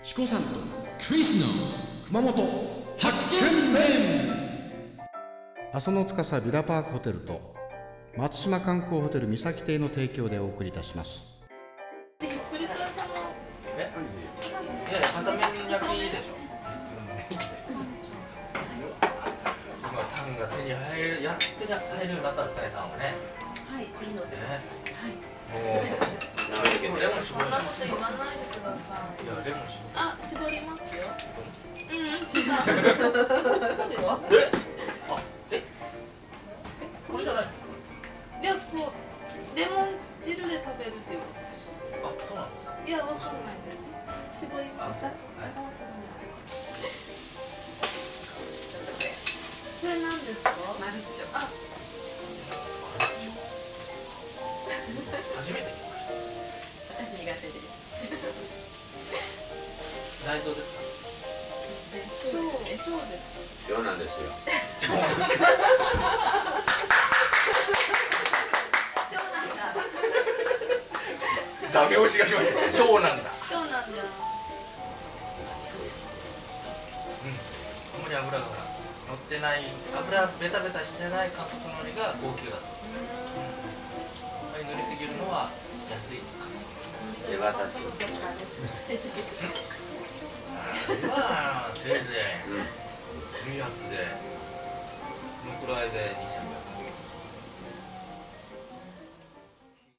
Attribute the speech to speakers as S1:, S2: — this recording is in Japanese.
S1: チコさんとクリスの熊本発見面
S2: 阿蘇の司ビラパークホテルと松島観光ホテル三崎邸の提供でお送りいたします
S3: これからその
S4: いやいや片面焼きでしょ今タンが手に入るやってや入るようになったんですかねタンはね
S3: はいいいので
S4: ね
S3: はい
S4: もうレモン絞
S3: そ
S4: れ
S3: ん
S4: な
S3: ないこと言わないでください
S4: いやレモン絞れ
S3: あ絞りますようんうん違う
S4: あえこれじゃない
S3: いやこうレモン汁で食べるっていうことでし
S4: あそうなんですか
S3: ょいやわかんないです絞ります
S4: あはい
S3: それなんですかマルチョあ
S4: 初めて聞きました
S3: 私苦手です
S4: 内臓です
S3: 超超です
S5: そうなんですよ。
S3: 超なんだ
S4: かダメ押しが来ましたそうなんだ
S3: 超なんだ
S4: あんまり油が乗ってない油ベタベタしてない韓国のりが高級だとあれ塗りすぎるのは安い
S5: 手渡し。
S4: まあせいぜいいいやつでこのくらいで2 0